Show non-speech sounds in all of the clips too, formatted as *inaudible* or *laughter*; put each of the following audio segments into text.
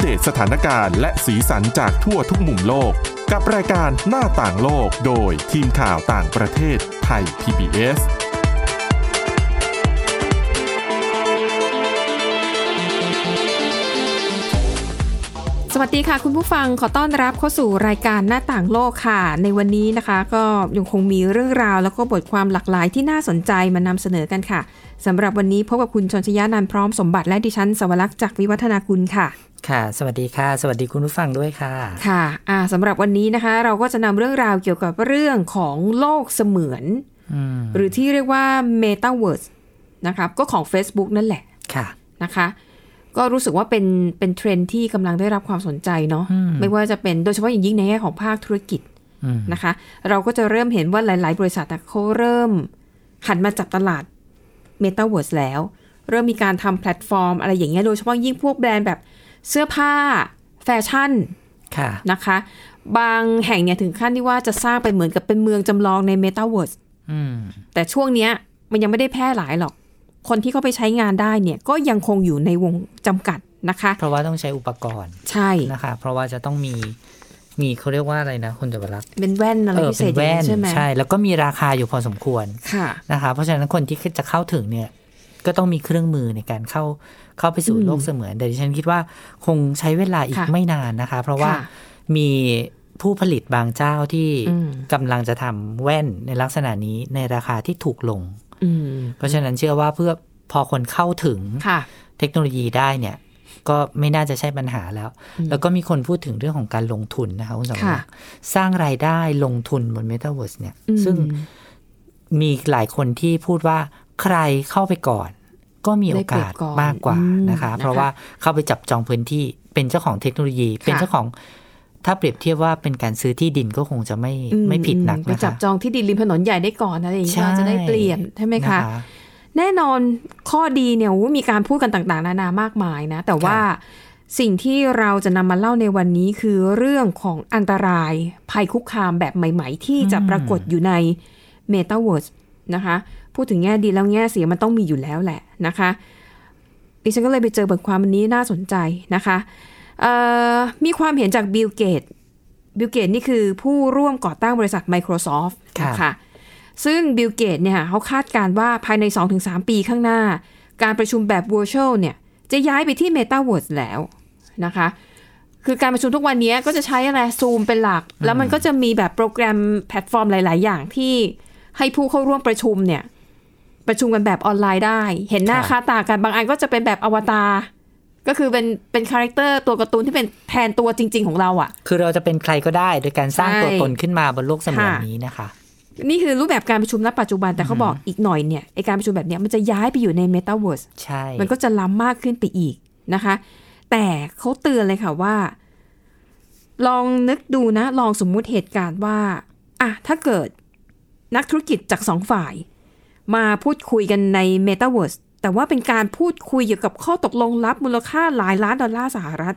เดตสถานการณ์และสีสันจากทั่วทุกมุมโลก กับรายการหน้าต่างโลกโดยทีมข่าวต่างประเทศไทย PBS สวัสดีค่ะ คุณผู้ฟังขอต้อนรับเข้าสู่รายการหน้าต่างโลกค่ะ ในวันนี้นะคะ ก็ยังคงมีเรื่องราวแล้วก็บทความหลากหลายที่น่าสนใจมานำเสนอกันค่ะสำหรับวันนี้พบกับคุณชนชยานันท์พร้อมสมบัติและดิฉันสวรักษ์จากวิวัฒนาคุณค่ะ ค่ะ สวัสดีค่ะ สวัสดีคุณผู้ฟังด้วยค่ะ ค่ะอ่าสำหรับวันนี้นะคะ เราก็จะนำเรื่องราวเกี่ยวกับเรื่องของโลกเสมือน อืม หรือที่เรียกว่า Metaverse นะครับก็ของ Facebook นั่นแหละ ค่ะ นะคะ ก็รู้สึกว่าเป็นเป็นเทรนด์ที่กำลังได้รับความสนใจเนาะ อืม ไม่ว่าจะเป็นโดยเฉพาะอย่างยิ่งในแง่ของภาคธุรกิจ อืม นะคะเราก็จะเริ่มเห็นว่าหลาย ๆ บริษัทอะเขาเริ่มหันมาจับตลาด Metaverse แล้ว เริ่มมีการทำแพลตฟอร์มอะไรอย่างเงี้ยโดยเฉพาะยิ่งพวกแบรนด์แบบเสื้อผ้าแฟชั่น ค่ะ นะคะ บางแห่งเนี่ยถึงขั้นที่ว่าจะสร้างไปเหมือนกับเป็นเมืองจำลองใน Metaverse อืม แต่ช่วงเนี้ยมันยังไม่ได้แพร่หลายหรอก คนที่เข้าไปใช้งานได้เนี่ยก็ยังคงอยู่ในวงจำกัดนะคะ เพราะว่าต้องใช้อุปกรณ์ ใช่ นะคะ เพราะว่าจะต้องมี มีเขาเรียกว่าอะไรนะคุณจบรักษ์ เป็นแว่นอะไร เออ พิเศษอย่าเป็นแว่ ง น นั้นใช่ไหม ใช่ แล้วก็มีราคาอยู่พอสมควร ค่ะ นะคะ เพราะฉะนั้นคนที่จะเข้าถึงเนี่ย ก็ต้องมีเครื่องมือในการเข้า เข้าไปสู่ อืม โลกเสมือน แต่ดิฉันคิดว่าคงใช้เวลาอีก ค่ะ ไม่นานนะคะ เพราะว่า ค่ะ มีผู้ผลิตบางเจ้าที่ อืม กำลังจะทำแว่นในลักษณะนี้ในราคาที่ถูกลง อืม เพราะฉะนั้นเชื่อว่าเพื่อพอคนเข้าถึง ค่ะ เทคโนโลยีได้เนี่ย ก็ไม่น่าจะใช่ปัญหาแล้ว อืม แล้วก็มีคนพูดถึงเรื่องของการลงทุนนะคะคุณสมรั ค่ะ กษ์สร้างรายได้ลงทุนบน m e t a เวิร์สเนี่ย อืม ซึ่งมีหลายคนที่พูดว่าใครเข้าไปก่อน ก็มีโอกาส ได้เปรียบก่อน มากกว่า อืม นะคะ นะคะ เพราะว่าเข้าไปจับจองพื้นที่เป็นเจ้าของเทคโนโลยี เป็นเจ้าของถ้าเปรียบเทียบว่าเป็นการซื้อที่ดินก็คงจะไม่ อื ไม่ผิดหนัก ไป นะ จั คะ บจองที่ดินริมถนนใหญ่ได้ก่อนอะไรอย่างเงี้ย ใช่ ว่าจะได้เปลี่ยนใช่ไหม น คะ แน่นอนข้อดีเนี่ยโอ้มีการพูดกันต่างๆ นานามากมายนะ แต่ว่าสิ่งที่เราจะนำมาเล่าในวันนี้คือเรื่องของอันตรายภัยคุกคามแบบใหม่ ๆ ที่จะปรากฏอยู่ใน m e t a v e r s e นะคะ พูดถึงแง่ดีแล้วแง่เสียมันต้องมีอยู่แล้วแหละนะคะ ดิฉันก็เลยไปเจอบทความอันนี้น่าสนใจนะคะเอ่อมีความเห็นจากบิลเกตบิลเกตนี่คือผู้ร่วมก่อตั้งบริษัท Microsoft ค่ะ นะคะ ซึ่งบิลเกตเนี่ยเขาคาดการณ์ว่าภายใน 2-3 ปีข้างหน้า การประชุมแบบ Virtual เนี่ยจะย้ายไปที่ Metaverse แล้วนะคะ คือการประชุมทุกวันนี้ก็จะใช้อะไรซูมเป็นหลัก แล้วมันก็จะมีแบบโปรแกรมแพลตฟอร์มหลาย ๆ อย่างที่ให้ผู้เข้าร่วมประชุมเนี่ย ประชุมกันแบบออนไลน์ได้ เห็นหน้า ค่ะ ค่าตากันบางอันก็จะเป็นแบบอวตารก็คือเป็นเป็นคาแรคเตอร์ตัวการ์ตูนที่เป็นแทนตัวจริง ๆ ของเราอ่ะ คือเราจะเป็นใครก็ได้โดยการสร้าง ใช่ ตัวตนขึ้นมาบนโลกเสมือน ค่ะ นี้นะคะ นี่คือรูปแบบการประชุมณปัจจุบันแต่เขาบอกอีกหน่อยเนี่ยไอการประชุมแบบเนี้ยมันจะย้ายไปอยู่ใน Metaverse ใช่ มันก็จะล้ำมากขึ้นไปอีกนะคะ แต่เขาเตือนเลยค่ะว่า ลองนึกดูนะ ลองสมมุติเหตุการณ์ว่าอ่ะถ้าเกิดนักธุรกิจจากสองฝ่าย มาพูดคุยกันใน Metaverse แต่ว่าเป็นการพูดคุยเกี่ยวกับข้อตกลงลับมูลค่าหลายล้านดอลลาร์สหรัฐ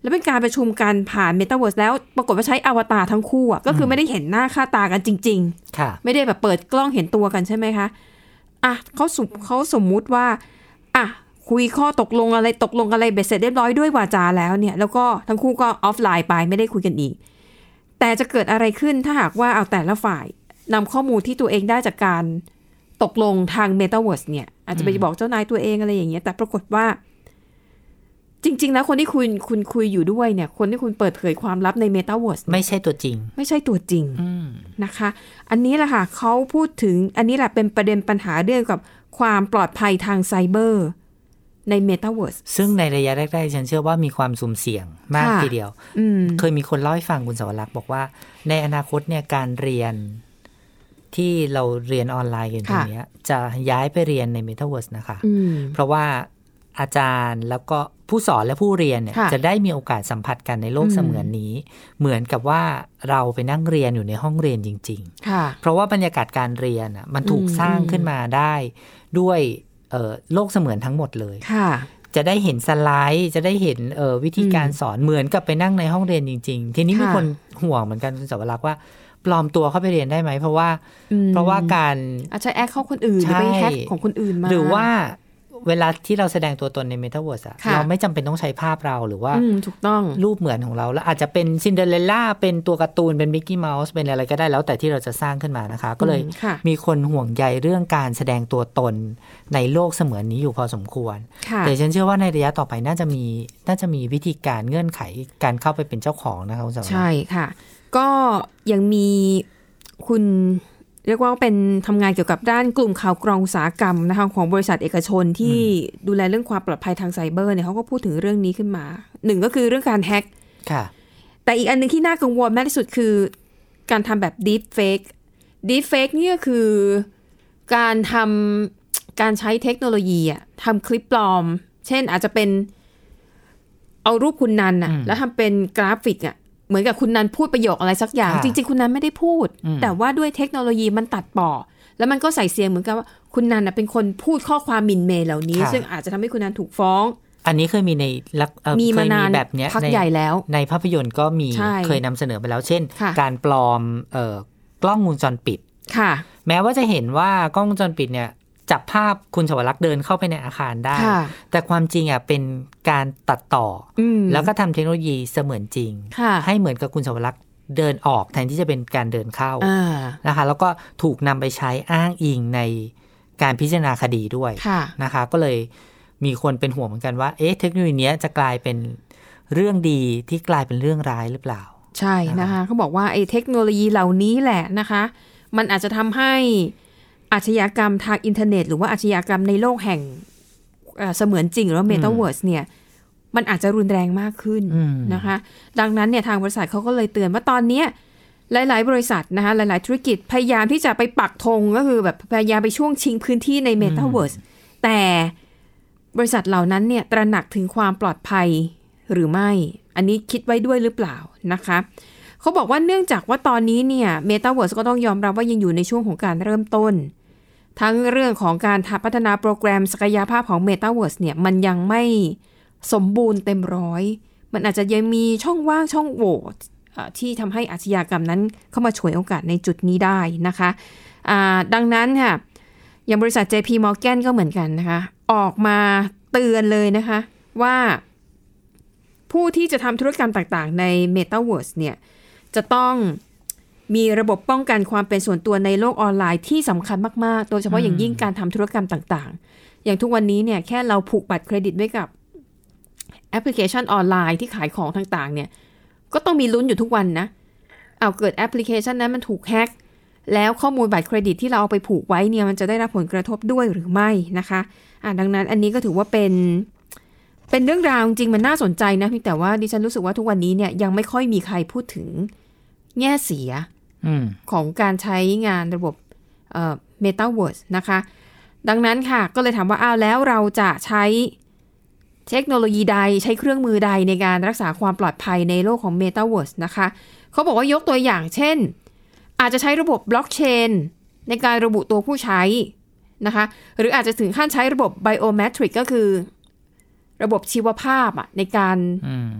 แล้วเป็นการประชุมกันผ่าน Metaverse แล้วปรากฏว่าใช้อวตารทั้งคู่อะก็คือไม่ได้เห็นหน้าค่าตากันจริง ๆ ค่ะ ไม่ได้แบบเปิดกล้องเห็นตัวกันใช่ไหมคะ อ่ะเขาสมเขาสมมุติว่า อ่ะ คุยข้อตกลงอะไรตกลงอะไรเบ็ดเสร็จเรียบร้อยด้วยวาจาแล้วเนี่ย แล้วก็ทั้งคู่ก็ออฟไลน์ไปไม่ได้คุยกันอีก แต่จะเกิดอะไรขึ้นถ้าหากว่าเอาแต่ละฝ่ายนำข้อมูลที่ตัวเองได้จากการตกลงทาง m e t a เวิร์สเนี่ย อาจจะไปบอกเจ้านายตัวเองอะไรอย่างเงี้ยแต่ปรากฏว่า จริง ๆ แล้วคนที่คุณคุณคุยอยู่ด้วยเนี่ย คนที่คุณเปิดเผยความลับใน m e t a เวิร์ส ไม่ใช่ตัวจริง ไม่ใช่ตัวจริง อืม นะคะ อันนี้แหละค่ะเขาพูดถึงอันนี้แหละเป็นประเด็นปัญหาเรื่องกับความปลอดภัยทางไซเบอร์ใน Metaverse ซึ่งในระยะแรกๆฉันเชื่อว่ามีความสุ่มเสี่ยงมาก ค่ะ ทีเดียว อืม เคยมีคนเล่าให้ฟังคุณสวรักษ์บอกว่า ในอนาคตเนี่ยการเรียนที่เราเรียนออนไลน์กันตรงเนี้ยจะย้ายไปเรียนใน m e t a เวิร์สนะคะ อืม เพราะว่าอาจารย์แล้วก็ผู้สอนและผู้เรียนเนี่ย ค่ะ จะได้มีโอกาสสัมผัสกันในโลก อืม เสมือนนี้ เหมือนกับว่าเราไปนั่งเรียนอยู่ในห้องเรียนจริง ๆ ค่ะ เพราะว่าบรรยากาศการเรียนอ่ะมันถูก อืม สร้างขึ้นมาได้ด้วยเอ่อโลกเสมือนทั้งหมดเลย ค่ะ จะได้เห็นสไลด์ จะได้เห็นเอ่อวิธีการสอนเหมือนกับไปนั่งในห้องเรียนจริง ๆ ทีนี้มี ค่ะ คนห่วงเหมือนกันคุณสวรักษ์ว่า ปลอมตัวเข้าไปเรียนได้ไหม เพราะว่า อืม เพราะว่าการ อาจจะแอคเข้าคนอื่นหรือไป ใช่ แฮกของคนอื่นมา หรือว่า เวลาที่เราแสดงตัวตนในเมตาเวิร์สอะ ค่ะ เราไม่จำเป็นต้องใช้ภาพเราหรือว่า อืมถูกต้อง รูปเหมือนของเราแล้วอาจจะเป็นซินเดอเรลล่าเป็นตัวการ์ตูนเป็นมิกกี้เมาส์เป็นอะไรก็ได้แล้วแต่ที่เราจะสร้างขึ้นมานะคะ ก็เลย อืมค่ะ มีคนห่วงใยเรื่องการแสดงตัวตนในโลกเสมือนนี้อยู่พอสมควร ค่ะ แต่ฉันเชื่อว่าในระยะต่อไปน่าจะมีน่าจะมีวิธีการเงื่อนไขการเข้าไปเป็นเจ้าของนะคะคุณสมรั ใช่ค่ะ ก็ยังมีคุณเรียกว่าเป็นทำงานเกี่ยวกับด้านกลุ่มข่าวกรองอุตสาหกรรมนะคะของบริษัทเอกชนที่ดูแลเรื่องความปลอดภัยทางไซเบอร์เนี่ยเขาก็พูดถึงเรื่องนี้ขึ้นมาหนึ่งก็คือเรื่องการแฮ็ก ค่ะ แต่อีกอันหนึงที่น่ากังวลมากที่สุดคือ การทำแบบ deep fake deep fake เนี่ยคือการทำการใช้เทคโนโลยีอะทำคลิปปลอม เช่นอาจจะเป็นเอารูปคุณนันอะ อืม แล้วทำเป็นกราฟิกอะเหมือนกับคุณนันพูดประโยคอะไรสักอย่าง ค่ะ จริง ๆ คุณนันไม่ได้พูด อืม แต่ว่าด้วยเทคโนโลยีมันตัดต่อ แล้วมันก็ใส่เสียงเหมือนกับว่าคุณนันน่ะเป็นคนพูดข้อความหมินเหมเหล่านี้ ซึ่งอาจจะทำให้คุณนันถูกฟ้อง อันนี้เคยมีในลักเอ่อ มี เค มายนาน แบบเนี้ย พัก ใน ใหญ่แล้ว ในภาพยนตร์ก็มี ใช่ เคยนำเสนอไปแล้ว เช่น ค่ะ การปลอมเอ่อกล้องวงจรปิด ค่ะ แม้ว่าจะเห็นว่ากล้องวงจรปิดเนี่ย จับภาพคุณสวรักษ์เดินเข้าไปในอาคารได้ ค่ะ แต่ความจริงอ่ะเป็นการตัดต่ออ อืม แล้วก็ทำเทคโนโลยีเสมือนจริง ค่ะ ให้เหมือนกับคุณสวรักษ์เดินออกแทนที่จะเป็นการเดินเข้า อ่า นะคะ แล้วก็ถูกนำไปใช้อ้างอิงในการพิจารณาคดีด้วย ค่ะ นะคะ ก็เลยมีคนเป็นห่วงเหมือนกันว่าเอ๊ะเทคโนโลยีเนี้ยจะกลายเป็นเรื่องดีที่กลายเป็นเรื่องร้ายหรือเปล่า ใช่นะ นะคะ คะ เขาบอกว่าไอ้เทคโนโลยีเหล่านี้แหละนะคะ มันอาจจะทำให้อาชญากรรมทางอินเทอร์เน็ต หรือว่าอาชญากรรมในโลกแห่งเอ่อเสมือนจริงหรือว่าเมตาเวิร์สเนี่ยมันอาจจะรุนแรงมากขึ้น อืม นะคะ ดังนั้นเนี่ยทางบริษัทเขาก็เลยเตือนว่าตอนเนี้ยหลาย ๆ บริษัทนะคะหลาย ๆ ธุรกิจพยายามที่จะไปปักธงก็คือแบบพยายามไปช่วงชิงพื้นที่ในเมตาเวิร์สแต่บริษัทเหล่านั้นเนี่ยตระหนักถึงความปลอดภัยหรือไม่ อันนี้คิดไว้ด้วยหรือเปล่านะคะ เขาบอกว่าเนื่องจากว่าตอนนี้เนี่ยเมตาเวิร์สก็ต้องยอมรับว่ายังอยู่ในช่วงของการเริ่มต้น ทั้งเรื่องของการทำพัฒนาโปรแกรมศักยภาพของเมตาเวิร์สเนี่ยมันยังไม่สมบูรณ์เต็มร้อย มันอาจจะยังมีช่องว่างช่องโหว่เอ่อที่ทำให้อาชญากรรมนั้นเข้ามาฉวยโอกาสในจุดนี้ได้นะคะอ่าดังนั้นค่ะ อย่างบริษัท JP Morgan ก็เหมือนกันนะคะ ออกมาเตือนเลยนะคะว่าผู้ที่จะทำธุรกรรมต่างๆ ใน Metaverse เนี่ย จะต้องมีระบบป้องกันความเป็นส่วนตัวในโลกออนไลน์ที่สำคัญมาก ๆ โดยเฉพาะอย่างยิ่งการทำธุรกรรมต่างๆ อย่างทุกวันนี้เนี่ยแค่เราผูกบัตรเครดิตไว้กับแอปพลิเคชันออนไลน์ที่ขายของต่างๆ เนี่ย ก็ต้องมีลุ้นอยู่ทุกวันนะ เอาเกิดแอปพลิเคชันนั้นมันถูกแฮ็ก แล้วข้อมูลบัตรเครดิตที่เราเอาไปผูกไว้เนี่ยมันจะได้รับผลกระทบด้วยหรือไม่นะคะอ่ะดังนั้นอันนี้ก็ถือว่าเป็น เป็นเรื่องราวจริงๆมันน่าสนใจนะเพียงแต่ว่าดิฉันรู้สึกว่าทุกวันนี้เนี่ยยังไม่ค่อยมีใครพูดถึงแง่เสีย อืม ของการใช้งานระบบเมตาเวิร์สนะคะ ดังนั้นค่ะก็เลยถามว่าอ้าวแล้วเราจะใช้เทคโนโลยีใดใช้เครื่องมือใดในการรักษาความปลอดภัยในโลกของ m e t a เวิร์สนะคะ เขาบอกว่ายกตัวอย่างเช่น อาจจะใช้ระบบบล็อกเชนในการระบุตัวผู้ใช้นะคะ หรืออาจจะถึงขั้นใช้ระบบ Biometric ก็คือ ระบบชีวภาพอะในการ อืม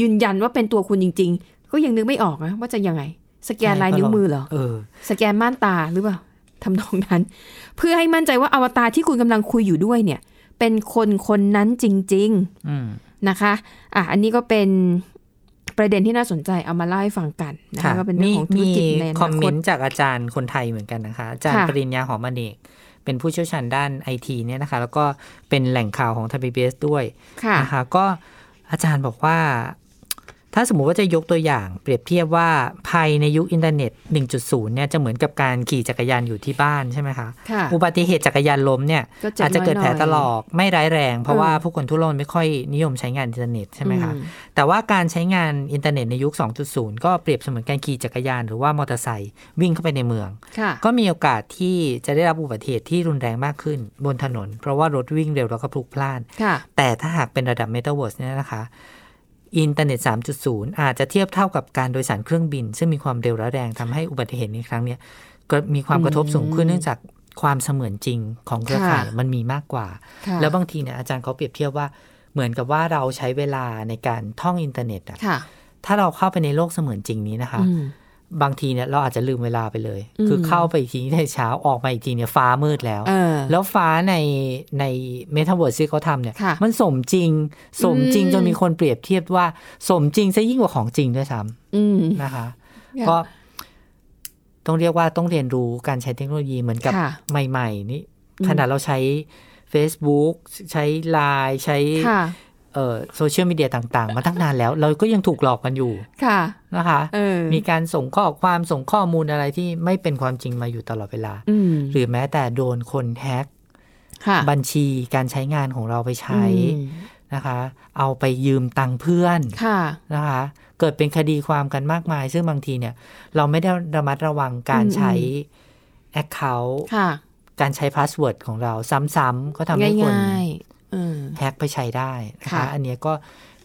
ยืนยันว่าเป็นตัวคุณจริง ๆ ก็ยังนึกไม่ออกนะว่าจะยังไง สแกนลายนิ้วมือเหรอ เออ สแกนม่านตาหรือเปล่า *laughs* ทำนองนั้น เพื่อให้มั่นใจว่าอวตารที่คุณกำลังคุยอยู่ด้วยเนี่ย เป็นคนคนนั้นจริง อืม ๆนะคะอ่ะอันนี้ก็เป็นประเด็นที่น่าสนใจเอามาเล่าให้ฟังกันนะคะก็เป็นเรื่องของธุรกิจในอ คอม นา เม คต นต์จากอาจารย์คนไทยเหมือนกันนะคะ อาจารย์ ค่ะ ปริญญาหอมอเนกเป็นผู้เชี่ยวชาญด้านไอทีเนี่ยนะคะ แล้วก็เป็นแหล่งข่าวของไทยพีบีเอสด้วย ค่ะ นะคะก็อาจารย์บอกว่า ถ้าสมมุติว่าจะยกตัวอย่างเปรียบเทียบว่าภัยในยุคอินเทอร์เน็ต 1.0 เนี่ยจะเหมือนกับการขี่จักรยานอยู่ที่บ้านใช่ไหมคะ ค่ะ อุบัติเหตุจักรยานล้มเนี่ย ก็เจ็บ อาจจะเกิดแผล น้อยๆ ตลอกไม่ร้ายแรง เพราะ เออ ว่าผู้คนทั่วโลกไม่ค่อยนิยมใช้งานอินเทอร์เน็ตใช่ไหมคะ อื แต่ว่าการใช้งานอินเทอร์เน็ตในยุค 2.0 ก็เปรียบเสมือนการขี่จักรยานหรือว่ามอเตอร์ไซค์วิ่งเข้าไปในเมือง ค่ะ ก็มีโอกาสที่จะได้รับอุบัติเหตุที่รุนแรงมากขึ้นบนถนน เพราะว่ารถวิ่งเร็วแล้วก็พลุกพล่าน ค่ะ แต่ถ้าหากเป็นระดับเมตาเวิร์สเนี่ยนะคะ อินเทอร์เน็ต 3.0 อาจจะเทียบเท่ากับการโดยสารเครื่องบิน ซึ่งมีความเร็วและแรงทำให้อุบัติเหตุในครั้งเนี้ยก็มีความกระทบสูงขึ้นเนื่องจากความเสมือนจริงของเครือข่าย ค่ะ มันมีมากกว่า ค่ะ แล้วบางทีเนี่ยอาจารย์เขาเปรียบเทียบว่าเหมือนกับว่าเราใช้เวลาในการท่องอินเทอร์เน็ตอะ ค่ะ ถ้าเราเข้าไปในโลกเสมือนจริงนี้นะคะ อืม บางทีเนี่ยเราอาจจะลืมเวลาไปเลย คือเข้าไปอีกทีในเช้าออกมาอีกทีเนี่ยฟ้ามืดแล้ว เออ แล้วฟ้าในในเมตาเวิร์สที่เขาทำเนี่ย ค่ะ มันสมจริง สมจริง อืม จนมีคนเปรียบเทียบว่าสมจริงซะยิ่งกว่าของจริงด้วยซ้ อืม ำนะคะ ค่ะ ก็ต้องเรียกว่าต้องเรียนรู้การใช้เทคโนโลยีเหมือนกับ ค่ะ ใหม่ ๆ นี่ อืม ขนาดเราใช้ Facebook ใช้ Line ใช้ ค่ะ เอ่อโซเชียลมีเดียต่างๆ มาตั้งนานแล้ว เราก็ยังถูกหลอกกันอยู่ ค่ะ นะคะ เออ มีการส่งข้อความส่งข้อมูลอะไรที่ไม่เป็นความจริงมาอยู่ตลอดเวลา อืม หรือแม้แต่โดนคนแฮ็ก ค่ะ บัญชีการใช้งานของเราไปใช้ อืม นะคะ เอาไปยืมตังค์เพื่อน ค่ะ นะคะ เกิดเป็นคดีความกันมากมาย ซึ่งบางทีเนี่ย เราไม่ได้ระมัดระวังการ อืม ใช้ Account ค่ะ การใช้พาสเวิร์ดของเราซ้ำๆก็ทำให้คน ง่ายๆเออ แฮ็กไปใช้ได้นะคะ ค่ะ อันเนี้ยก็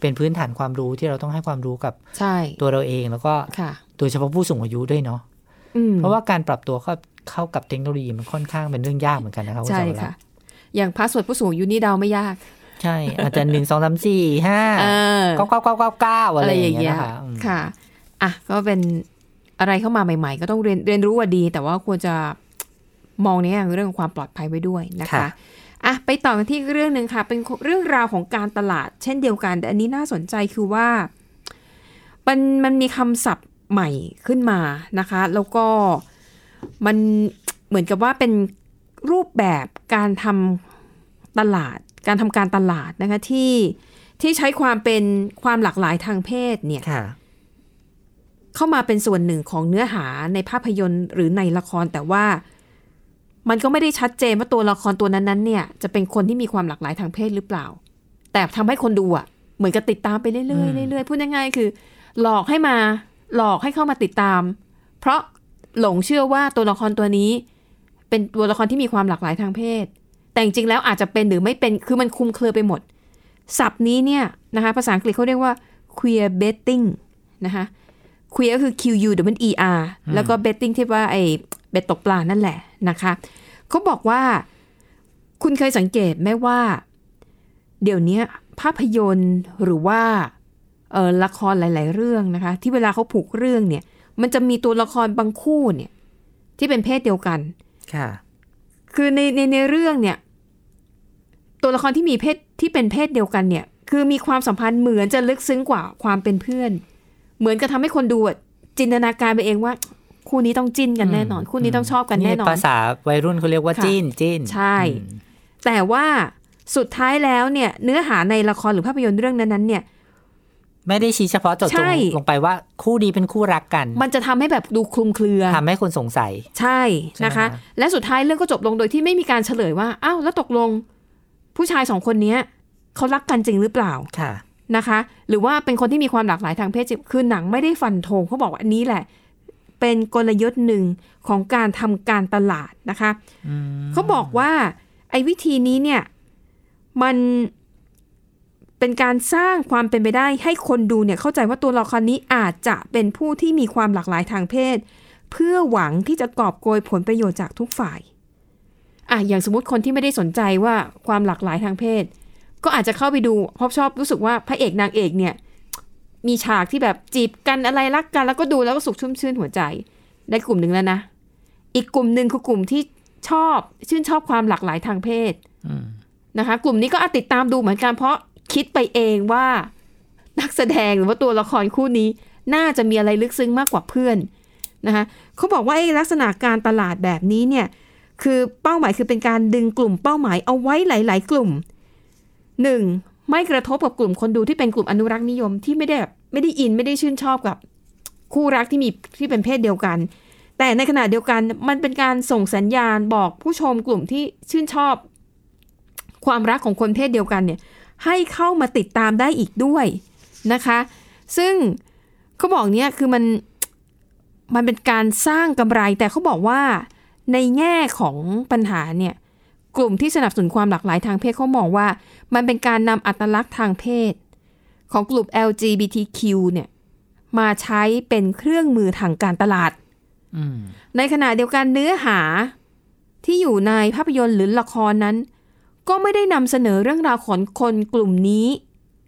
เป็นพื้นฐานความรู้ที่เราต้องให้ความรู้กับ ใช่ ตัวเราเอง แล้วก็ ค่ะ โดยเฉพาะผู้สูงอายุด้วยเนาะ อืม เพราะว่าการปรับตัวเข้าเข้ากับเทคโนโลยีมันค่อนข้างเป็นเรื่องยากเหมือนกันนะครับณ ใช่ สาวรั ค่ะ กษ์ อย่างพาสเวิร์ดผู้สูงอายุนี่เดาไม่ยาก ใช่ อาจจะหนึ่งสองสามสี่ห้า เออ เก้าเก้าเก้าเก้าเก้าอะไรอย่างเงี้ยนะคะอืม ค่ะ อ่ะ ก็เป็นอะไรเข้ามาใหม่ ๆ ก็ต้องเรียนเรียนรู้ว่าดี แต่ว่าควรจะมองในแง่ของเรื่องของความปลอดภัยไว้ด้วยนะคะ อ่ะ ไปต่อกันที่เรื่องหนึ่งค่ะ เป็นเรื่องราวของการตลาด เช่นเดียวกันแต่อันนี้น่าสนใจคือว่า มันมันมีคำศัพท์ใหม่ขึ้นมานะคะ แล้วก็มันเหมือนกับว่าเป็นรูปแบบการทำตลาด การทำการตลาดนะคะที่ที่ใช้ความเป็นความหลากหลายทางเพศเนี่ย ค่ะ เข้ามาเป็นส่วนหนึ่งของเนื้อหาในภาพยนตร์หรือในละครแต่ว่ามันก็ไม่ได้ชัดเจนว่าตัวละครตัวนั้นๆเนี่ยจะเป็นคนที่มีความหลากหลายทางเพศหรือเปล่า แต่ทำให้คนดูอ่ะเหมือนกับติดตามไปเรื่ อืม อยๆเรื่อยๆพูดง่ายๆคือ หลอกให้มาหลอกให้เข้ามาติดตาม เพราะหลงเชื่อว่าตัวละครตัวนี้ เป็นตัวละครที่มีความหลากหลายทางเพศ แต่จริงๆแล้วอาจจะเป็นหรือไม่เป็นคือมันคลุมเครือไปหมด ศัพท์นี้เนี่ยนะคะภาษาอังกฤษเขาเรียกว่า queer betting นะคะ queer ก็คือ q u e r แล้วก็ betting ที่ว่าไอ้เบ็ดตกปลานั่นแหละนะคะเขาบอกว่าคุณเคยสังเกตไหมว่า เดี๋ยวนี้ภาพยนตร์หรือว่าเอ่อละครหลาย ๆ เรื่องนะคะ ที่เวลาเขาผูกเรื่องเนี่ย มันจะมีตัวละครบางคู่เนี่ย ที่เป็นเพศเดียวกัน ค่ะ คือในในในเรื่องเนี่ย ตัวละครที่มีเพศที่เป็นเพศเดียวกันเนี่ย คือมีความสัมพันธ์เหมือนจะลึกซึ้งกว่าความเป็นเพื่อน เหมือนกับทำให้คนดูอะจินตนาการไปเองว่า คู่นี้ต้องจิ้นกันแน่นอน คู่นี้ต้องชอบกันแน่นอ ภาน ษาวัยรุ่นเขาเรียกว่า ค่ะ จิ้นจิ้น ใช่ อืม แต่ว่าสุดท้ายแล้วเนี่ย เนื้อหาในละครหรือภาพยนตร์เรื่องนั้นๆเนี่ย ไม่ได้ชี้เฉพาะเจาะจ ใช่ งลงไปว่าคู่ดีเป็นคู่รักกัน มันจะทำให้แบบดูคลุมเครือ ทำให้คนสงสัย ใช่ ใช่ไหม นะคะ คะ และสุดท้ายเรื่องก็จบลงโดยที่ไม่มีการเฉลยว่าอ้าวแล้วตกลง ผู้ชายสองคนเนี้ยเขารักกันจริงหรือเปล่า ค่ะ นะคะหรือว่าเป็นคนที่มีความหลากหลายทางเพศจริงคือหนังไม่ได้ฟันธงเขาบอกว่าอันนี้แหละ เป็นกลยุทธ์หนึ่งของการทำการตลาดนะคะเขาบอกว่าไอ้วิธีนี้เนี่ยมันเป็นการสร้างความเป็นไปได้ให้คนดูเนี่ยเข้าใจว่าตัวละครนี้อาจจะเป็นผู้ที่มีความหลากหลายทางเพศ เพื่อหวังที่จะกอบโกยผลประโยชน์จากทุกฝ่ายอ่ะอย่างสมมติคนที่ไม่ได้สนใจว่าความหลากหลายทางเพศ ก็อาจจะเข้าไปดูเพราะชอบรู้สึกว่าพระเอกนางเอกเนี่ย มีฉากที่แบบจีบกันอะไรรักกันแล้วก็ดูแล้วก็สุขชุ่มชื่นหัวใจ ได้กลุ่มหนึ่งแล้วนะ อีกกลุ่มหนึ่งคือกลุ่มที่ชอบชื่นชอบความหลากหลายทางเพศ อืม นะคะ กลุ่มนี้ก็อาจติดตามดูเหมือนกันเพราะคิดไปเองว่านักแสดงหรือว่าตัวละครคู่นี้ น่าจะมีอะไรลึกซึ้งมากกว่าเพื่อนนะคะเขาบอกว่าไอ้ลักษณะการตลาดแบบนี้เนี่ย คือเป้าหมายคือเป็นการดึงกลุ่มเป้าหมายเอาไว้หลาย ๆ กลุ่ม หนึ่งไม่กระทบกับกลุ่มคนดูที่เป็นกลุ่มอนุรักษ์นิยมที่ไม่ได้แบบไม่ได้อินไม่ได้ชื่นชอบกับ คู่รักที่มีที่เป็นเพศเดียวกัน แต่ในขณะเดียวกันมันเป็นการส่งสัญญาณบอกผู้ชมกลุ่มที่ชื่นชอบ ความรักของคนเพศเดียวกันเนี่ย ให้เข้ามาติดตามได้อีกด้วยนะคะ ซึ่งเขาบอกเนี่ยคือมันมันเป็นการสร้างกำไร แต่เขาบอกว่าในแง่ของปัญหาเนี่ย กลุ่มที่สนับสนุนความหลากหลายทางเพศเขามองว่า มันเป็นการนำอัตลักษณ์ทางเพศ ของกลุ่ม LGBTQ เนี่ยมาใช้เป็นเครื่องมือทางการตลาด อืม ในขณะเดียวกันเนื้อหาที่อยู่ในภาพยนตร์หรือละครนั้น ก็ไม่ได้นำเสนอเรื่องราวของคนกลุ่มนี้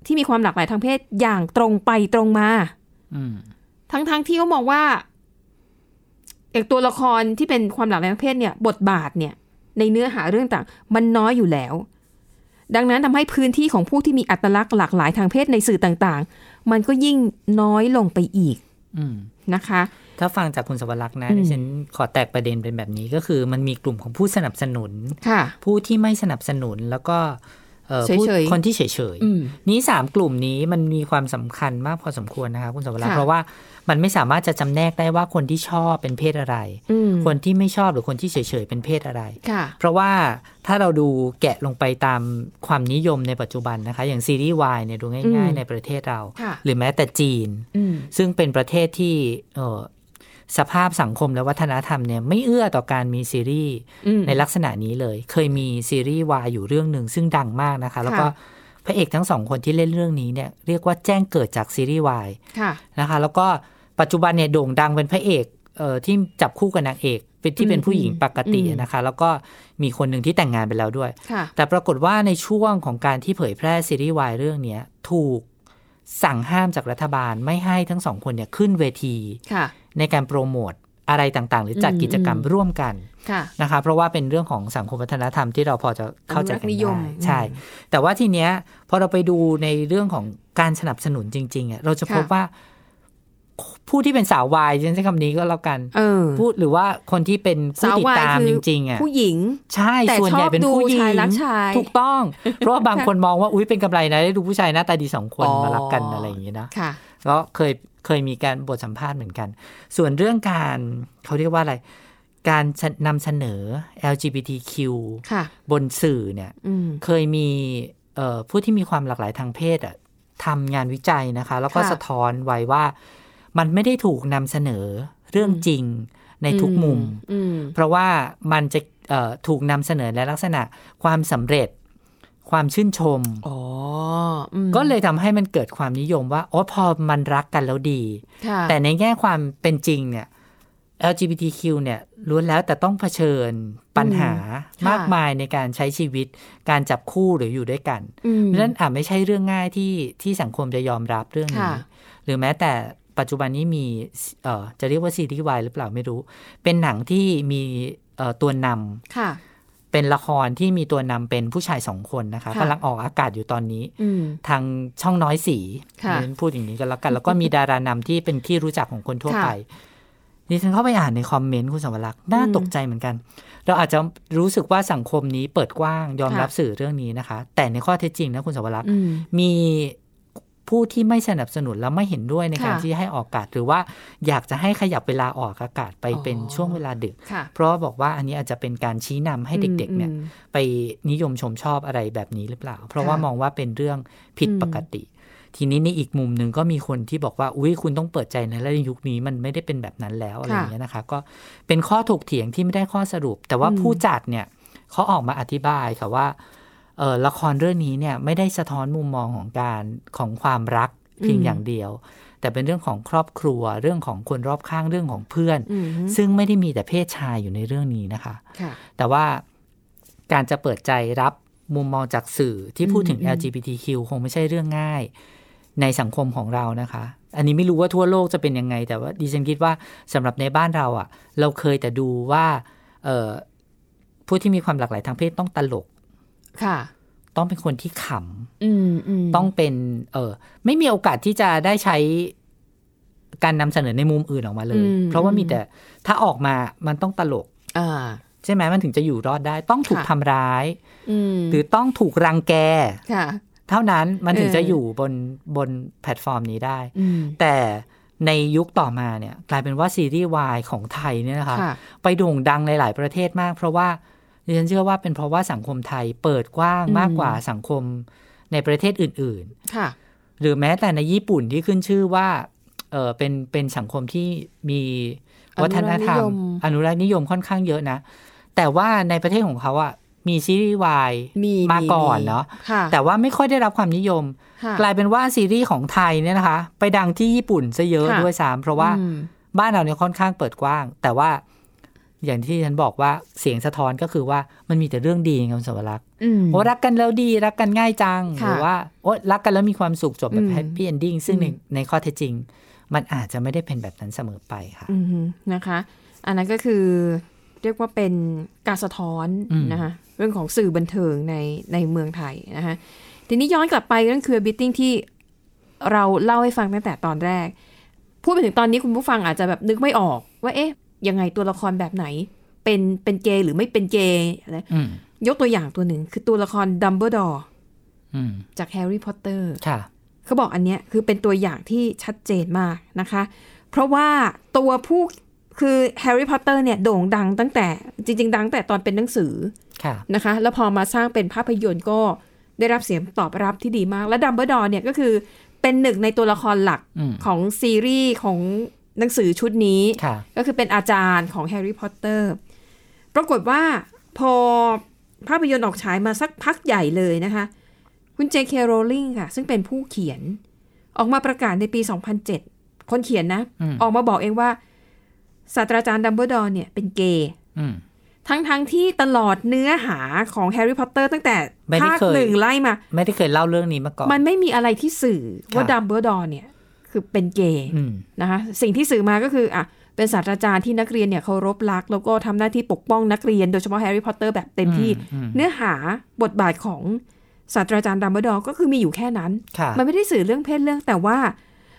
ที่มีความหลากหลายทางเพศอย่างตรงไปตรงมา อืม ทั้งๆที่เขามองว่า เอกตัวละครที่เป็นความหลากหลายทางเพศเนี่ย บทบาทเนี่ย ในเนื้อหาเรื่องต่างมันน้อยอยู่แล้ว ดังนั้นทำให้พื้นที่ของผู้ที่มีอัตลักษณ์หลากหลายทางเพศในสื่อต่างๆ มันก็ยิ่งน้อยลงไปอีก อืม นะคะ ถ้าฟังจากคุณสวรักษ์นะ อืม ดิฉันขอแตกประเด็นเป็นแบบนี้ก็คือ มันมีกลุ่มของผู้สนับสนุน ค่ะ ผู้ที่ไม่สนับสนุนแล้วก็เอ่อผู้ เฉยๆ คนที่เฉย อืม ๆนี้สามกลุ่มนี้มันมีความสำคัญมากพอสมควรนะคะคุณสวรักษ์ ค่ะ เพราะว่ามันไม่สามารถจะจำแนกได้ว่าคนที่ชอบเป็นเพศอะไร อืม คนที่ไม่ชอบหรือคนที่เฉยๆเป็นเพศอะไร ค่ะ เพราะว่าถ้าเราดูแกะลงไปตามความนิยมในปัจจุบันนะคะ อย่างซีรีส์วายเนี่ยดู อื ง่าย ม ๆ ในประเทศเรา ค่ะ หรือแม้แต่จีน อืม ซึ่งเป็นประเทศที่เอ่อสภาพสังคมและวัฒนธรรมเนี่ยไม่เอื้อต่อการมีซีรีส์ อืม ในลักษณะนี้เลย เคยมีซีรีส์วายอยู่เรื่องหนึ่งซึ่งดังมากนะคะ แล้วก็ ค่ะ พระเอกทั้งสองคนที่เล่นเรื่องนี้เนี่ยเรียกว่าแจ้งเกิดจากซีรีส์วาย ค่ะ นะคะ แล้วก็ปัจจุบันเนี่ยโด่งดังเป็นพระเอกเอ่อที่จับคู่กับนางเอกเป็นที่เป็นผู้หญิงปกตินะคะ แล้วก็มีคนหนึ่งที่แต่งงานไปแล้วด้วย ค่ะ แต่ปรากฏว่าในช่วงของการที่เผยแพร่ซีรีส์วายเรื่องเนี้ยถูกสั่งห้ามจากรัฐบาลไม่ให้ทั้งสองคนเนี่ยขึ้นเวที ค่ะ ในการโปรโมทอะไรต่างๆ หรือจัด อืม กิจกรรมร่วมกัน ค่ะ นะคะเพราะว่าเป็นเรื่องของสังคมวัฒนธรรมที่เราพอจะเข้าใจอกันุรักษ์ น นิยม ได้ใช่ แต่ว่าทีเนี้ยพอเราไปดูในเรื่องของการสนับสนุนจริงๆอ่ะเราจะพบว่าผู้ที่เป็นสาววายฉันใช้คำนี้ก็แล้วกัน เออ พูดหรือว่าคนที่เป็นผู้ติดตามจริงๆอ่ะ ผู้หญิง ใช่ แต่ ส่วนใหญ่เป็นผู้หชอบดูญิง ชายรักชาย ถูกต้อง เพราะว่าบางคนมองว่าอุ้ยเป็นกำไรนะได้ดูผู้ชายหน้าตาดีสองคน อ๋อ มารักกันอะไรอย่างนี้นะ ค่ะ ก็เคยเคยมีการบทสัมภาษณ์เหมือนกัน ส่วนเรื่องการเขาเรียกว่าอะไร การนำเสนอ LGBTQ ค่ะ บนสื่อเนี่ย อืม เคยมีเอ่อผู้ที่มีความหลากหลายทางเพศอะทำงานวิจัยนะคะ แล้วก็ ค่ะ สะท้อนไว้ว่า มันไม่ได้ถูกนำเสนอเรื่อง อืม จริงในทุกมุม อืม เพราะว่ามันจะเอ่อถูกนำเสนอในลักษณะความสำเร็จ ความชื่นชม อ๋ออืม ก็เลยทำให้มันเกิดความนิยมว่าโอ้พอมันรักกันแล้วดี ค่ะ แต่ในแง่ความเป็นจริงเนี่ย LGBTQ เนี่ยล้วนแล้วแต่ต้องเผชิญปัญหา อืมค่ะ มากมายในการใช้ชีวิต การจับคู่หรืออยู่ด้วยกัน อืม เพราะฉะนั้นอาจไม่ใช่เรื่องง่ายที่ที่สังคมจะยอมรับเรื่องนี้ ค่ะ หรือแม้แต่ปัจจุบันนี้มีเอ่อจะเรียกว่าซีรีส์วายหรือเปล่าไม่รู้ เป็นหนังที่มีเอ่อตัวนำ ค่ะ เป็นละครที่มีตัวนำเป็นผู้ชายสองคนนะคะ ค่ะ กำลังออกอากาศอยู่ตอนนี้ อืม ทางช่องน้อยสี ค่ะ งั้นพูดอย่างนี้ก็แล้วกัน แล้วก็มีดารานำที่เป็นที่รู้จักของคนทั่ว ค่ะ ไปดิฉันเข้าไปอ่านในคอมเมนต์คุณสวรักษ์น่า อืม ตกใจเหมือนกัน เราอาจจะรู้สึกว่าสังคมนี้เปิดกว้างยอม ค่ะ รับสื่อเรื่องนี้นะคะ แต่ในข้อเท็จจริงนะคุณสวรักษ์ อืม มีผู้ที่ไม่สนับสนุนและไม่เห็นด้วยในการ ค่ะ ที่ให้ออกอากาศ หรือว่าอยากจะให้ขยับเวลาออกอากาศไป อ๋อ เป็นช่วงเวลาดึก ค่ะ เพราะว่าบอกว่าอันนี้อาจจะเป็นการชี้นำให้เด็ก ๆ เนี่ย อืม ไปนิยมชมชอบอะไรแบบนี้หรือเปล่า เพราะว่ามองว่าเป็นเรื่องผิดปกติ ทีนี้ในอีกมุมหนึ่งก็มีคนที่บอกว่าอุ้ยคุณต้องเปิดใจนะและในยุคนี้มันไม่ได้เป็นแบบนั้นแล้วอะไรอย่างเงี้ยนะคะ ก็เป็นข้อถกเถียงที่ไม่ได้ข้อสรุป แต่ว่า อืม ผู้จัดเนี่ยเขาออกมาอธิบายค่ะว่าเออละครเรื่องนี้เนี่ยไม่ได้สะท้อนมุมมองของการของความรักเพียงอย่างเดียว แต่เป็นเรื่องของครอบครัวเรื่องของคนรอบข้างเรื่องของเพื่อน อืม ซึ่งไม่ได้มีแต่เพศชายอยู่ในเรื่องนี้นะคะ ค่ะ แต่ว่าการจะเปิดใจรับมุมมองจากสื่อที่พูดถึง อืมอืม LGBTQ คงไม่ใช่เรื่องง่ายในสังคมของเรานะคะ อันนี้ไม่รู้ว่าทั่วโลกจะเป็นยังไง แต่ว่าดิฉันคิดว่าสำหรับในบ้านเราอะ่ะ เราเคยแต่ดูว่าเอ่อผู้ที่มีความหลากหลายทางเพศต้องตลก ค่ะ ต้องเป็นคนที่ข อืมอืม ำต้องเป็น เออไม่มีโอกาสที่จะได้ใช้การนำเสนอในมุมอื่นออกมาเลย เพราะว่ามีแต่ถ้าออกมามันต้องตลก อ่า ใช่ไหมมันถึงจะอยู่รอดได้ต้องถูก ค่ะ ทำร้าย อืม หรือต้องถูกรังแก ค่ะ เท่านั้นมันถึง เออ จะอยู่บนบนแพลตฟอร์มนี้ได้ อืม แต่ในยุคต่อมาเนี่ยกลายเป็นว่าซีรีส์วายของไทยเนี่ยนะคะ ค่ะ ไปโด่งดังในหลายประเทศมาก เพราะว่าดิฉันเชื่อว่าเป็นเพราะว่าสังคมไทยเปิดกว้าง อืม มากกว่าสังคมในประเทศอื่น ค่ะ ๆ หรือแม้แต่ในญี่ปุ่นที่ขึ้นชื่อว่าเออเป็นเป็นสังคมที่มีวัฒนธรรม อนุรักษ์นิยม อนุรักษ์นิยมค่อนข้างเยอะนะ แต่ว่าในประเทศของเขาอะมีซีรีส์วาย มี มาก่อนเนอะ ค่ะ แต่ว่าไม่ค่อยได้รับความนิยม ค่ะ กลายเป็นว่าซีรีส์ของไทยเนี่ยนะคะ ไปดังที่ญี่ปุ่นซะเยอะ ค่ะ ด้วยซ้ำเพราะว่า อืม บ้านเราเนี่ยค่อนข้างเปิดกว้าง แต่ว่าอย่างที่ฉันบอกว่าเสียงสะท้อนก็คือว่ามันมีแต่เรื่องดีไงคุณสวรักษ์ อืม โอ้รักกันแล้วดีรักกันง่ายจัง ค่ะ หรือว่าโอ้รักกันแล้วมีความสุขจบแบ อื บ ม แฮปปี้เอนดิ้งซึ่ง อื ใน ม ในข้อเท็จจริง มันอาจจะไม่ได้เป็นแบบนั้นเสมอไปค่ะ อืมนะคะ อันนั้นก็คือเรียกว่าเป็นการสะท้อน อืม นะคะเรื่องของสื่อบันเทิงในในเมืองไทยนะคะทีนี้ย้อนกลับไปเรื่องเครือบิทติ้งที่เราเล่าให้ฟังตั้งแต่ตอนแรก พูดไปถึงตอนนี้คุณผู้ฟังอาจจะแบบนึกไม่ออกว่าเอ๊ะยังไงตัวละครแบบไหน เป็นเป็นเกย์หรือไม่เป็นเกย์อะไร อืม ยกตัวอย่างตัวหนึ่งคือตัวละครดัมเบิลดอร์ อืม จากแฮร์รี่พอตเตอร์ ค่ะ เขาบอกอันเนี้ยคือเป็นตัวอย่างที่ชัดเจนมากนะคะ เพราะว่าตัวผู้คือแฮร์รี่พอตเตอร์เนี่ยโด่งดังตั้งแต่จริง ๆ ดังแต่ตอนเป็นหนังสือ ค่ะ นะคะ แล้วพอมาสร้างเป็นภาพยนตร์ก็ได้รับเสียงตอบรับที่ดีมาก และดัมเบิลดอร์เนี่ยก็คือเป็นหนึ่งในตัวละครหลัก อืม ของซีรีส์ของหนังสือชุดนี้ ค่ะ ก็คือเป็นอาจารย์ของแฮร์รี่พอตเตอร์ ปรากฏว่าพอภาพยนตร์ออกฉายมาสักพักใหญ่เลยนะคะ คุณเจเคโรลิงค่ะ ซึ่งเป็นผู้เขียน ออกมาประกาศในปี 2007 คนเขียนนะ อืม ออกมาบอกเองว่า ศาสตราจารย์ดัมเบิลดอร์เนี่ยเป็นเกย์ อืม ทั้งๆทที่ตลอดเนื้อหาของแฮร์รี่พอตเตอร์ตั้งแต่ ไม่ได้ ภาค เคย หนึ่งไล่มา ไม่ได้เคยเล่าเรื่องนี้มาก่อน มันไม่มีอะไรที่สื่อว่า ค่ะ ดัมเบิลดอร์เนี่ยคือเป็นเกย์ อืม นะคะสิ่งที่สื่อมาก็คืออ่ะเป็นศาสตราจารย์ที่นักเรียนเนี่ยเคารพรัก แล้วก็ทำหน้าที่ปกป้องนักเรียนโดยเฉพาะแฮร์รี่พอตเตอร์แบบเต็มที่ อืมอืม เนื้อหาบทบาทของศาสตราจารย์ดัมเบิลดอร์ก็คือมีอยู่แค่นั้น ค่ะ มันไม่ได้สื่อเรื่องเพศเรื่องแต่ว่า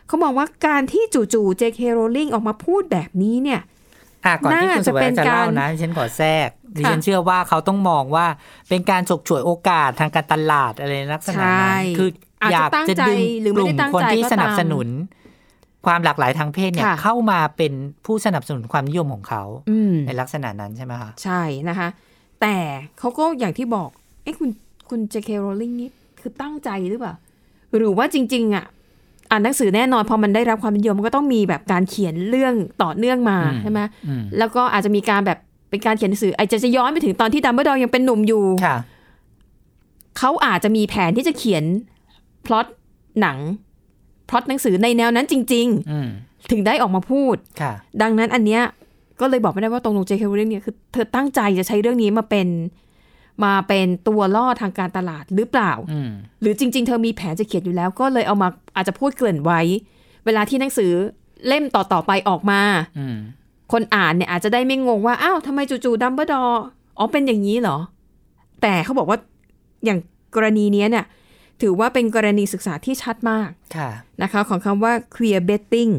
เขามองว่าการที่จู่ๆ JK Rowling ออกมาพูดแบบนี้เนี่ย อ่ะก่อนที่ น่า คุณสุจะวรรณจะ เป็นการ เล่านะดิฉันขอแทรกดิ ค่ะ ฉันเชื่อว่าเขาต้องมองว่าเป็นการฉกฉวยโอกาสทางการตลาดอะไรลักษณะ ใช่ นั้นคือ อาจ อ จะ ยาก ตั้ง จะ ใจ ดึง หรือก ไม่ ลุ่ ได้ ม ตั้ง คน ใจ ที่ ก็ สนับ ตาม สนุน ความหลากหลายทางเพศเนี่ย ค่ะ เข้ามาเป็นผู้สนับสนุนความนิยมของเขา อืม ในลักษณะนั้นใช่ไหมคะ ใช่นะคะ แต่เขาก็อย่างที่บอก เอ้คุณคุณ JK Rowling นี่คือตั้งใจหรือเปล่า หรือว่าจริง ๆ อ่ะ อ่านหนังสือแน่นอน พอมันได้รับความนิยมมันก็ต้องมีแบบการเขียนเรื่องต่อเนื่องมาใช่ไหม อืม แล้วก็อาจจะมีการแบบเป็นการเขียนหนังสืออาจจะจะย้อนไปถึงตอนที่ดัมเบิลดอร์ยังเป็นหนุ่มอยู่ ค่ะ เขาอาจจะมีแผนที่จะเขียนพล็อตหนังพล็อตหนังสือในแนวนั้นจริง อืม ๆ ถึงได้ออกมาพูด ค่ะ ดังนั้นอันเนี้ยก็เลยบอกไม่ได้ว่าตรงลงเจคเรื่องเนี่ยคือเธอตั้งใจจะใช้เรื่องนี้มาเป็นมาเป็นตัวล่อทางการตลาดหรือเปล่า อืม หรือจริง ๆ เธอมีแผนจะเขียนอยู่แล้ว ก็เลยเอามาอาจจะพูดเกริ่นไว้ เวลาที่หนังสือเล่มต่อ ๆ ไปออกมา อืม คนอ่านเนี่ยอาจจะได้ไม่งงว่า อ้าวทำไมจู่ๆดัมเบิลดอร์อ๋อเป็นอย่างนี้เหรอ แต่เขาบอกว่าอย่างกรณีเนี้ยเนี่ยถือว่าเป็นกรณีศึกษาที่ชัดมาก ค่ะ นะคะของคำว่า queer betting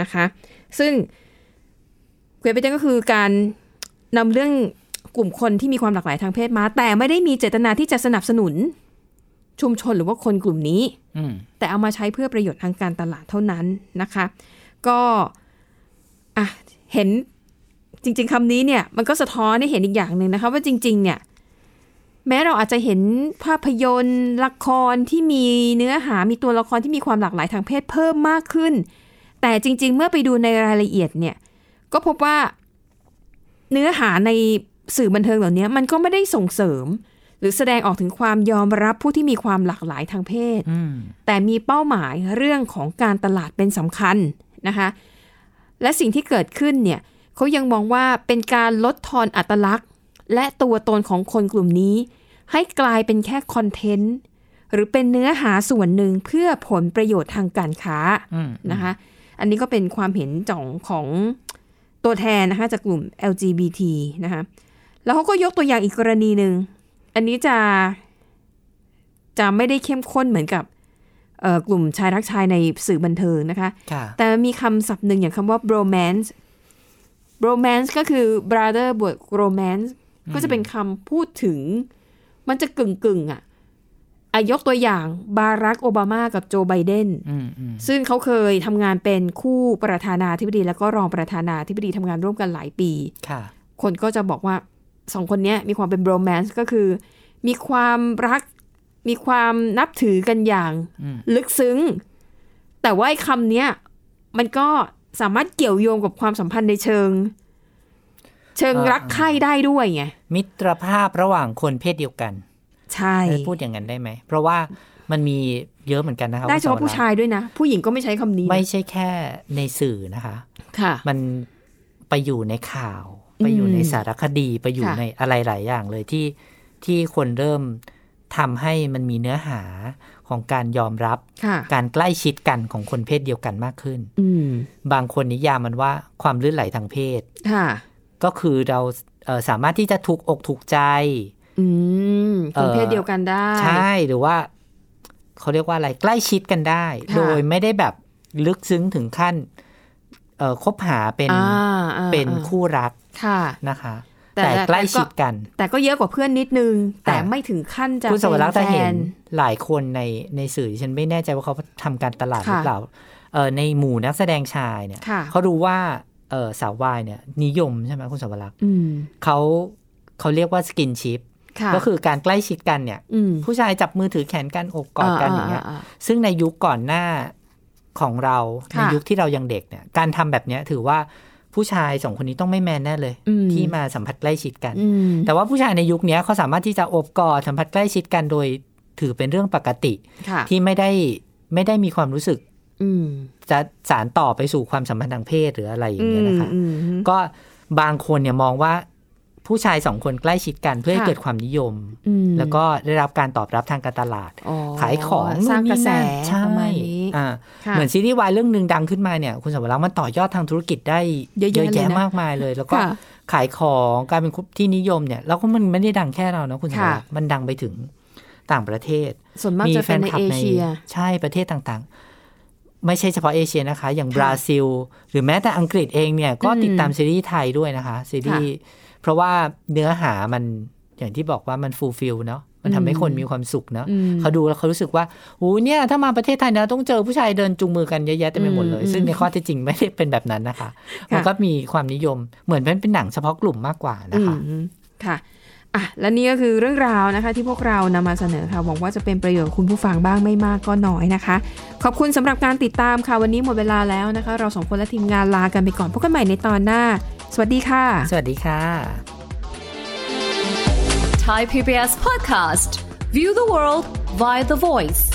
นะคะซึ่ง queer betting ก็คือการนำเรื่องกลุ่มคนที่มีความหลากหลายทางเพศมา แต่ไม่ได้มีเจตนาที่จะสนับสนุน ชุมชนหรือว่าคนกลุ่มนี้ อืม แต่เอามาใช้เพื่อประโยชน์ทางการตลาดเท่านั้นนะคะ ก็อ่ะเห็นจริง ๆคำนี้เนี่ยมันก็สะท้อนให้เห็นอีกอย่างหนึ่งนะคะ ว่าจริง ๆ เนี่ย แม้เราอาจจะเห็นภาพยนตร์ ละครที่มีเนื้อหามีตัวละครที่มีความหลากหลายทางเพศเพิ่มมากขึ้น แต่จริง ๆ เมื่อไปดูในรายละเอียดเนี่ย ก็พบว่าเนื้อหาในสื่อบันเทิงเหล่านี้มันก็ไม่ได้ส่งเสริม หรือแสดงออกถึงความยอมรับผู้ที่มีความหลากหลายทางเพศ อืม แต่มีเป้าหมายเรื่องของการตลาดเป็นสำคัญนะคะ และสิ่งที่เกิดขึ้นเนี่ยเขายังมองว่าเป็นการลดทอนอัตลักษณ์ และตัวตนของคนกลุ่มนี้ ให้กลายเป็นแค่คอนเทนต์ หรือเป็นเนื้อหาส่วนหนึ่งเพื่อผลประโยชน์ทางการค้า อืม นะคะ อันนี้ก็เป็นความเห็นจ่องของตัวแทนนะคะจากกลุ่ม LGBT นะคะ แล้วเขาก็ยกตัวอย่างอีกกรณีหนึ่ง อันนี้จะจะไม่ได้เข้มข้นเหมือนกับเอ่อกลุ่มชายรักชายในสื่อบันเทิงนะคะ ค่ะ แต่มีคำศัพท์หนึ่งอย่างคำว่า bromance bromance ก็คือ brother บวก romance ก็จะเป็นคำพูดถึง มันจะกึ่งกึ่งๆอะอ่ะยกตัวอย่างบารักโอบามากับโจไบเดน อืมอืม ซึ่งเขาเคยทำงานเป็นคู่ประธานาธิบดี แล้วก็รองประธานาธิบดีทำงานร่วมกันหลายปี ค่ะ คนก็จะบอกว่าสองคนเนี้ยมีความเป็นโรแมนต์ก็คือมีความรัก มีความนับถือกันอย่าง อืม ลึกซึ้ง แต่ว่าไอ้คำเนี้ยมันก็สามารถเกี่ยวโยงกับความสัมพันธ์ในเชิง เชิงรักใคร่ได้ด้วยไง มิตรภาพระหว่างคนเพศเดียวกัน ใช่ เอ้ยพูดอย่างนั้นได้ไหม เพราะว่ามันมีเยอะเหมือนกันนะคะ ได้เฉพาะ คุณ ผู้ สวรรค์ ชายด้วยนะ ผู้หญิงก็ไม่ใช้คำนี้นะ ไม่ใช่แค่ในสื่อนะคะ ค่ะ มันไปอยู่ในข่าว อืม ไปอยู่ในสารคดีไปอยู่ ค่ะ ในอะไรหลายอย่างเลยที่ที่คนเริ่มทำให้มันมีเนื้อหาของการยอมรับ ค่ะ การใกล้ชิดกันของคนเพศเดียวกันมากขึ้น อืม บางคนนิยามมันว่าความลื่นไหลทางเพศ ค่ะ ก็คือเราเอ่อสามารถที่จะถูกอกถูกใจ อืมคเอ่น อ เพศเดียวกันได้ ใช่หรือว่าเขาเรียกว่าอะไรใกล้ชิดกันได้ ค่ะ โดยไม่ได้แบบลึกซึ้งถึงขั้นเอ่อคบหาเป็น อ่าอ่า เป็น อ่า คู่รัก ค่ะ นะคะ แต่ แต่ใกล้ แต่ก็ ชิดกัน แต่ก็เยอะกว่าเพื่อนนิดนึง แต่ อ่ะ ไม่ถึงขั้นจะ คุณสวรักษ์ เป็ จะ นแฟ เห็น น หลายคนในในสื่อดิฉันไม่แน่ใจว่าเขาทำการตลาดห ค่ะ รือเปล่าเอ่อในหมู่นักแสดงชายเนี่ย ค่ะ เขารู้ว่าเอ่อสาววายเนี่ยนิยมใช่ไหมคุณสวรักษ์ อืม เขาเขาเรียกว่าสกินชิพ ค่ะ ก็คือการใกล้ชิดกันเนี่ย อืม ผู้ชายจับมือถือแขนกันอกกอดกันอย่างเงี้ย า ซึ่งในยุคก่อนหน้าของเราใน ค่ะ ยุคที่เรายังเด็กเนี่ยการทำแบบเนี้ยถือว่าผู้ชายสองคนนี้ต้องไม่แมนแน่เลย อืม ที่มาสัมผัสใกล้ชิดกัน อืม แต่ว่าผู้ชายในยุคเนี้ยเขาสามารถที่จะอบกอดสัมผัสใกล้ชิดกันโดยถือเป็นเรื่องปกติ ค่ะ ที่ไม่ได้ไม่ได้มีความรู้สึก อืม จะสารต่อไปสู่ความสัมพันธ์ทางเพศหรืออะไรอย่างเงี้ยนะคะ อืมอืม ก็บางคนเนี่ยมองว่าผู้ชายสองคนใกล้ชิดกันเพื่อให้ ค่ะ เกิดความนิยม อืม แล้วก็ได้รับการตอบรับทางการตลาด อ๋อ ขายของ สร้างกระแส นู่นนี่นั่นใช่ ประมาณนี้ อ่า ค่ะ เหมือนซีรีส์วายเรื่องหนึ่งดังขึ้นมาเนี่ยคุณสมรักษ์มันต่อยอดทางธุรกิจได้ เยอะแยะเลยนะ แยะมากมายเลย แล้วก็ ค่ะ ขายของกลายเป็นที่นิยมเนี่ยแล้วก็มันไม่ได้ดังแค่เรานะคุณสมรัค่ะกษ์มันดังไปถึงต่างประเทศ ส่วนมากจะเป็นในเอเชีย ใช่ประเทศต่างๆ ไม่ใช่เฉพาะเอเชียนะคะ อย่างบราซิล หรือแม้แต่อังกฤษเองเนี่ยก็ อืม ติดตามซีรีส์ไทยด้วยนะคะซีรีส์เพราะว่าเนื้อหามันอย่างที่บอกว่ามันฟูลฟิลเนาะมันทำให้คน อืม มีความสุขเนาะ อืม เขาดูแล้วเขารู้สึกว่าโอ้เนี่ย ถ้ามาประเทศไทยนะต้องเจอผู้ชายเดินจูงมือกันเยอะแยะเต็มไปหมดเลย อืม ซึ่งในข้อเท็จจริงไม่ได้เป็นแบบนั้นนะคะ มันก็มีความนิยมเหมือนเป็นเป็นหนังเฉพาะกลุ่มมากกว่านะคะ อืมค่ะอ่ะ และนี่ก็คือเรื่องราวนะคะ ที่พวกเรานำมาเสนอค่ะ หวังว่าจะเป็นประโยชน์คุณผู้ฟังบ้างไม่มากก็น้อยนะคะ ขอบคุณสำหรับการติดตามค่ะ วันนี้หมดเวลาแล้วนะคะ เราสองคนและทีมงานลากันไปก่อนพบกันใหม่ในตอนหน้า สวัสดีค่ะ สวัสดีค่ะ Thai PBS podcast. View the world via the voice.